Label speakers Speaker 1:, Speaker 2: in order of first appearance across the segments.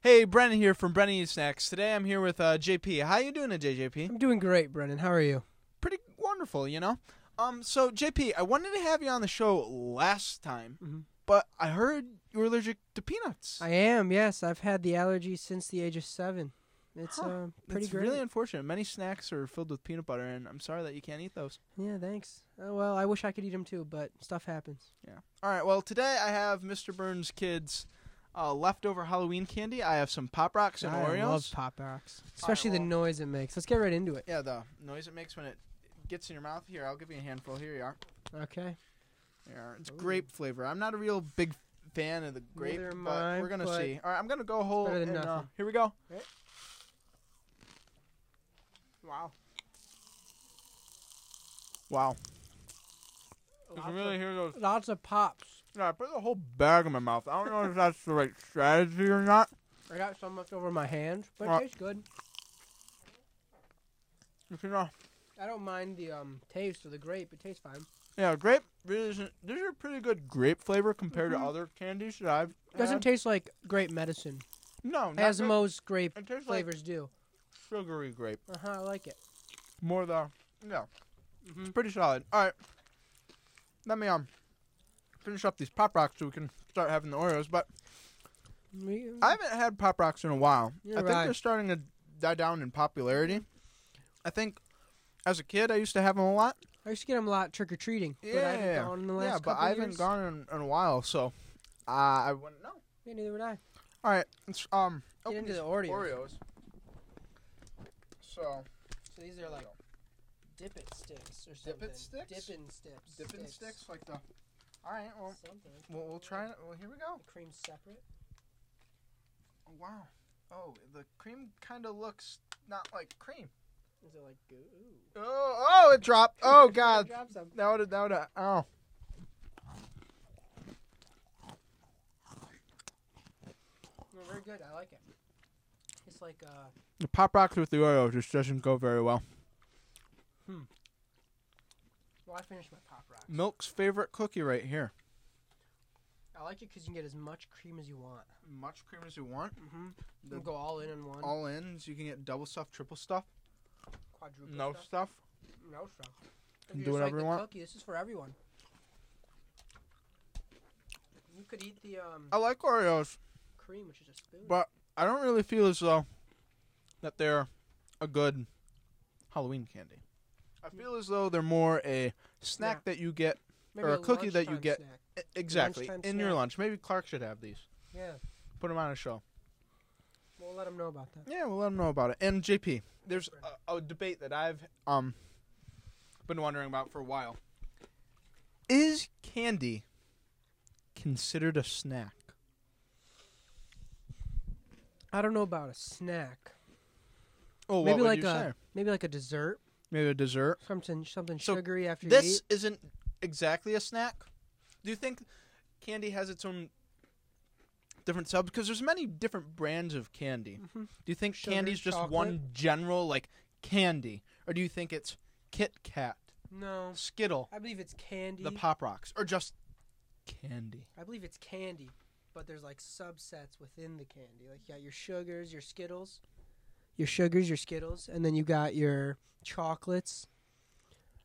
Speaker 1: Hey, Brennan here from Brennan Eats Snacks. Today I'm here with uh, JP. How you doing today, JP?
Speaker 2: I'm doing great, Brennan. How are you?
Speaker 1: Pretty wonderful, you know. Um, so JP, I wanted to have you on the show last time,
Speaker 2: Mhm.
Speaker 1: but I heard you were allergic to peanuts.
Speaker 2: I am. Yes, I've had the allergy since the age of seven. It's
Speaker 1: Huh.
Speaker 2: uh, pretty
Speaker 1: It's
Speaker 2: great.
Speaker 1: really unfortunate. Many snacks are filled with peanut butter, and I'm sorry that you can't eat those.
Speaker 2: yeah, thanks. Uh, well, I wish I could eat them too, but stuff happens.
Speaker 1: All right. Well, today I have Mr. Burns' kids' uh, leftover Halloween candy. I have some Pop Rocks and
Speaker 2: I
Speaker 1: Oreos.
Speaker 2: love Pop Rocks, especially the
Speaker 1: well-
Speaker 2: noise it makes. Let's get right into it.
Speaker 1: yeah, the noise it makes when it gets in your mouth. Here, I'll give you a handful. Here you are.
Speaker 2: Okay.
Speaker 1: Here you are. It's
Speaker 2: Ooh.
Speaker 1: grape flavor. I'm not a real big fan of the grape,
Speaker 2: Neither am
Speaker 1: but
Speaker 2: I,
Speaker 1: we're gonna
Speaker 2: but
Speaker 1: see. All right, I'm gonna go whole.
Speaker 2: better than
Speaker 1: and, uh,
Speaker 2: nothing.
Speaker 1: here we go.
Speaker 2: Right.
Speaker 1: Wow. Wow. You can really hear those.
Speaker 2: of, lots of pops.
Speaker 1: Yeah, I put the whole bag in my mouth. I don't know if that's the right strategy or not.
Speaker 2: I got some left over my hand, but
Speaker 1: Uh,
Speaker 2: it tastes good.
Speaker 1: You can, uh,
Speaker 2: I don't mind the um taste of the grape. It tastes fine.
Speaker 1: yeah, grape really isn't. These are pretty good grape flavor compared
Speaker 2: Mhm.
Speaker 1: to other candies that I've.
Speaker 2: Doesn't
Speaker 1: had.
Speaker 2: taste like grape medicine,
Speaker 1: no, not
Speaker 2: as
Speaker 1: grape.
Speaker 2: most grape
Speaker 1: It tastes like
Speaker 2: flavors do.
Speaker 1: sugary grape.
Speaker 2: Uh huh. I like it.
Speaker 1: More the no.
Speaker 2: Mhm.
Speaker 1: It's pretty solid. All right, let me um finish up these pop rocks so we can start having the Oreos. But
Speaker 2: We-
Speaker 1: I haven't had pop rocks in a while.
Speaker 2: Mm-hmm. You're
Speaker 1: I think
Speaker 2: right. Mm-hmm.
Speaker 1: they're starting to die down in popularity. I think as a kid I used to have them a lot.
Speaker 2: I used to get them a lot trick or treating. but I
Speaker 1: Yeah.
Speaker 2: haven't gone in the last
Speaker 1: yeah, but
Speaker 2: couple
Speaker 1: I
Speaker 2: years.
Speaker 1: haven't gone in, in a while, so uh, I wouldn't know.
Speaker 2: Yeah, neither would I.
Speaker 1: All right, let's um
Speaker 2: Get
Speaker 1: open
Speaker 2: into
Speaker 1: these
Speaker 2: the Oreos.
Speaker 1: Oreos. So
Speaker 2: So these are like dippin' sticks or something.
Speaker 1: Dippin' sticks?
Speaker 2: Dippin' sticks.
Speaker 1: dipping sticks Oh. like the. All right, well
Speaker 2: Something.
Speaker 1: we'll, we'll try it. Well, here we go.
Speaker 2: The cream's separate.
Speaker 1: Oh, wow. Oh, the cream kind of looks not like cream.
Speaker 2: Is it like goo? Ooh.
Speaker 1: Oh, oh, it dropped. Oh God,
Speaker 2: Drop some.
Speaker 1: that would that would oh.
Speaker 2: No, very good. I like it. It's like uh.
Speaker 1: The pop rocks with the Oreo just doesn't go very well.
Speaker 2: Well, I finished my pop rocks.
Speaker 1: Milk's favorite cookie right here.
Speaker 2: I like it because you can get as much cream as you want.
Speaker 1: Much cream as you want.
Speaker 2: Mm-hmm. You
Speaker 1: The-
Speaker 2: can go all in on one.
Speaker 1: All in, so you can get double stuff, triple stuff,
Speaker 2: quadruple.
Speaker 1: no
Speaker 2: stuff.
Speaker 1: stuff.
Speaker 2: No stuff. If
Speaker 1: Can
Speaker 2: you
Speaker 1: do
Speaker 2: just
Speaker 1: whatever
Speaker 2: like
Speaker 1: you
Speaker 2: the
Speaker 1: want.
Speaker 2: Cookie. This is for everyone. You could eat the um,
Speaker 1: I like Oreos,
Speaker 2: cream, which is a spoon.
Speaker 1: Oh. but I don't really feel as though that they're a good Halloween candy. I feel as though they're more a snack that you get or a cookie that you
Speaker 2: lunchtime
Speaker 1: get-
Speaker 2: snack.
Speaker 1: E- Exactly. In
Speaker 2: Lunchtime
Speaker 1: your
Speaker 2: snack.
Speaker 1: lunch. Maybe Clark should have these.
Speaker 2: Yeah,
Speaker 1: Put them on a show.
Speaker 2: we'll let them know about that.
Speaker 1: Yeah, we'll let them know about it. And JP, there's a, a debate that I've um been wondering about for a while. Is candy considered a snack?
Speaker 2: I don't know about a snack.
Speaker 1: Oh,
Speaker 2: maybe
Speaker 1: what would
Speaker 2: like
Speaker 1: you
Speaker 2: a
Speaker 1: say?
Speaker 2: maybe like a dessert,
Speaker 1: Maybe a dessert.
Speaker 2: something something
Speaker 1: So,
Speaker 2: sugary after you
Speaker 1: This
Speaker 2: eat.
Speaker 1: isn't exactly a snack. Do you think candy has its own different sub? Because there's many different brands of candy. Do
Speaker 2: Mhm.
Speaker 1: you think
Speaker 2: Sugar,
Speaker 1: candy's just
Speaker 2: chocolate.
Speaker 1: one general like candy, or do you think it's Kit Kat,
Speaker 2: No,
Speaker 1: Skittle,
Speaker 2: I believe it's candy.
Speaker 1: the Pop Rocks, or just candy?
Speaker 2: I believe it's candy, but there's like subsets within the candy. Like you got your sugars, your Skittles, your sugars, your Skittles, and then you got your chocolates,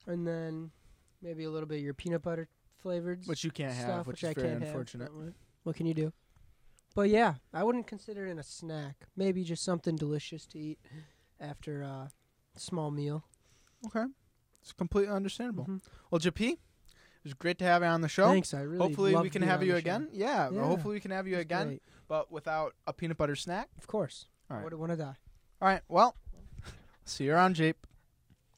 Speaker 2: and then maybe a little bit of your peanut butter flavored
Speaker 1: Which you can't
Speaker 2: stuff,
Speaker 1: have, which,
Speaker 2: I
Speaker 1: is very
Speaker 2: can't have,
Speaker 1: unfortunate.
Speaker 2: but What can you do? But yeah, I wouldn't consider it a snack. Maybe just something delicious to eat after a small meal.
Speaker 1: Okay, it's completely understandable.
Speaker 2: Mhm.
Speaker 1: Well, JP, it was great to have you on the show.
Speaker 2: Thanks, I really
Speaker 1: hopefully we
Speaker 2: loved
Speaker 1: can
Speaker 2: being
Speaker 1: have
Speaker 2: on
Speaker 1: you
Speaker 2: the show.
Speaker 1: again. Yeah,
Speaker 2: Yeah.
Speaker 1: hopefully we can have you
Speaker 2: It was
Speaker 1: again,
Speaker 2: great.
Speaker 1: but without a peanut butter snack.
Speaker 2: Of course.
Speaker 1: All
Speaker 2: I
Speaker 1: right.
Speaker 2: wouldn't want to die.
Speaker 1: All right. Well, see you around, Jape.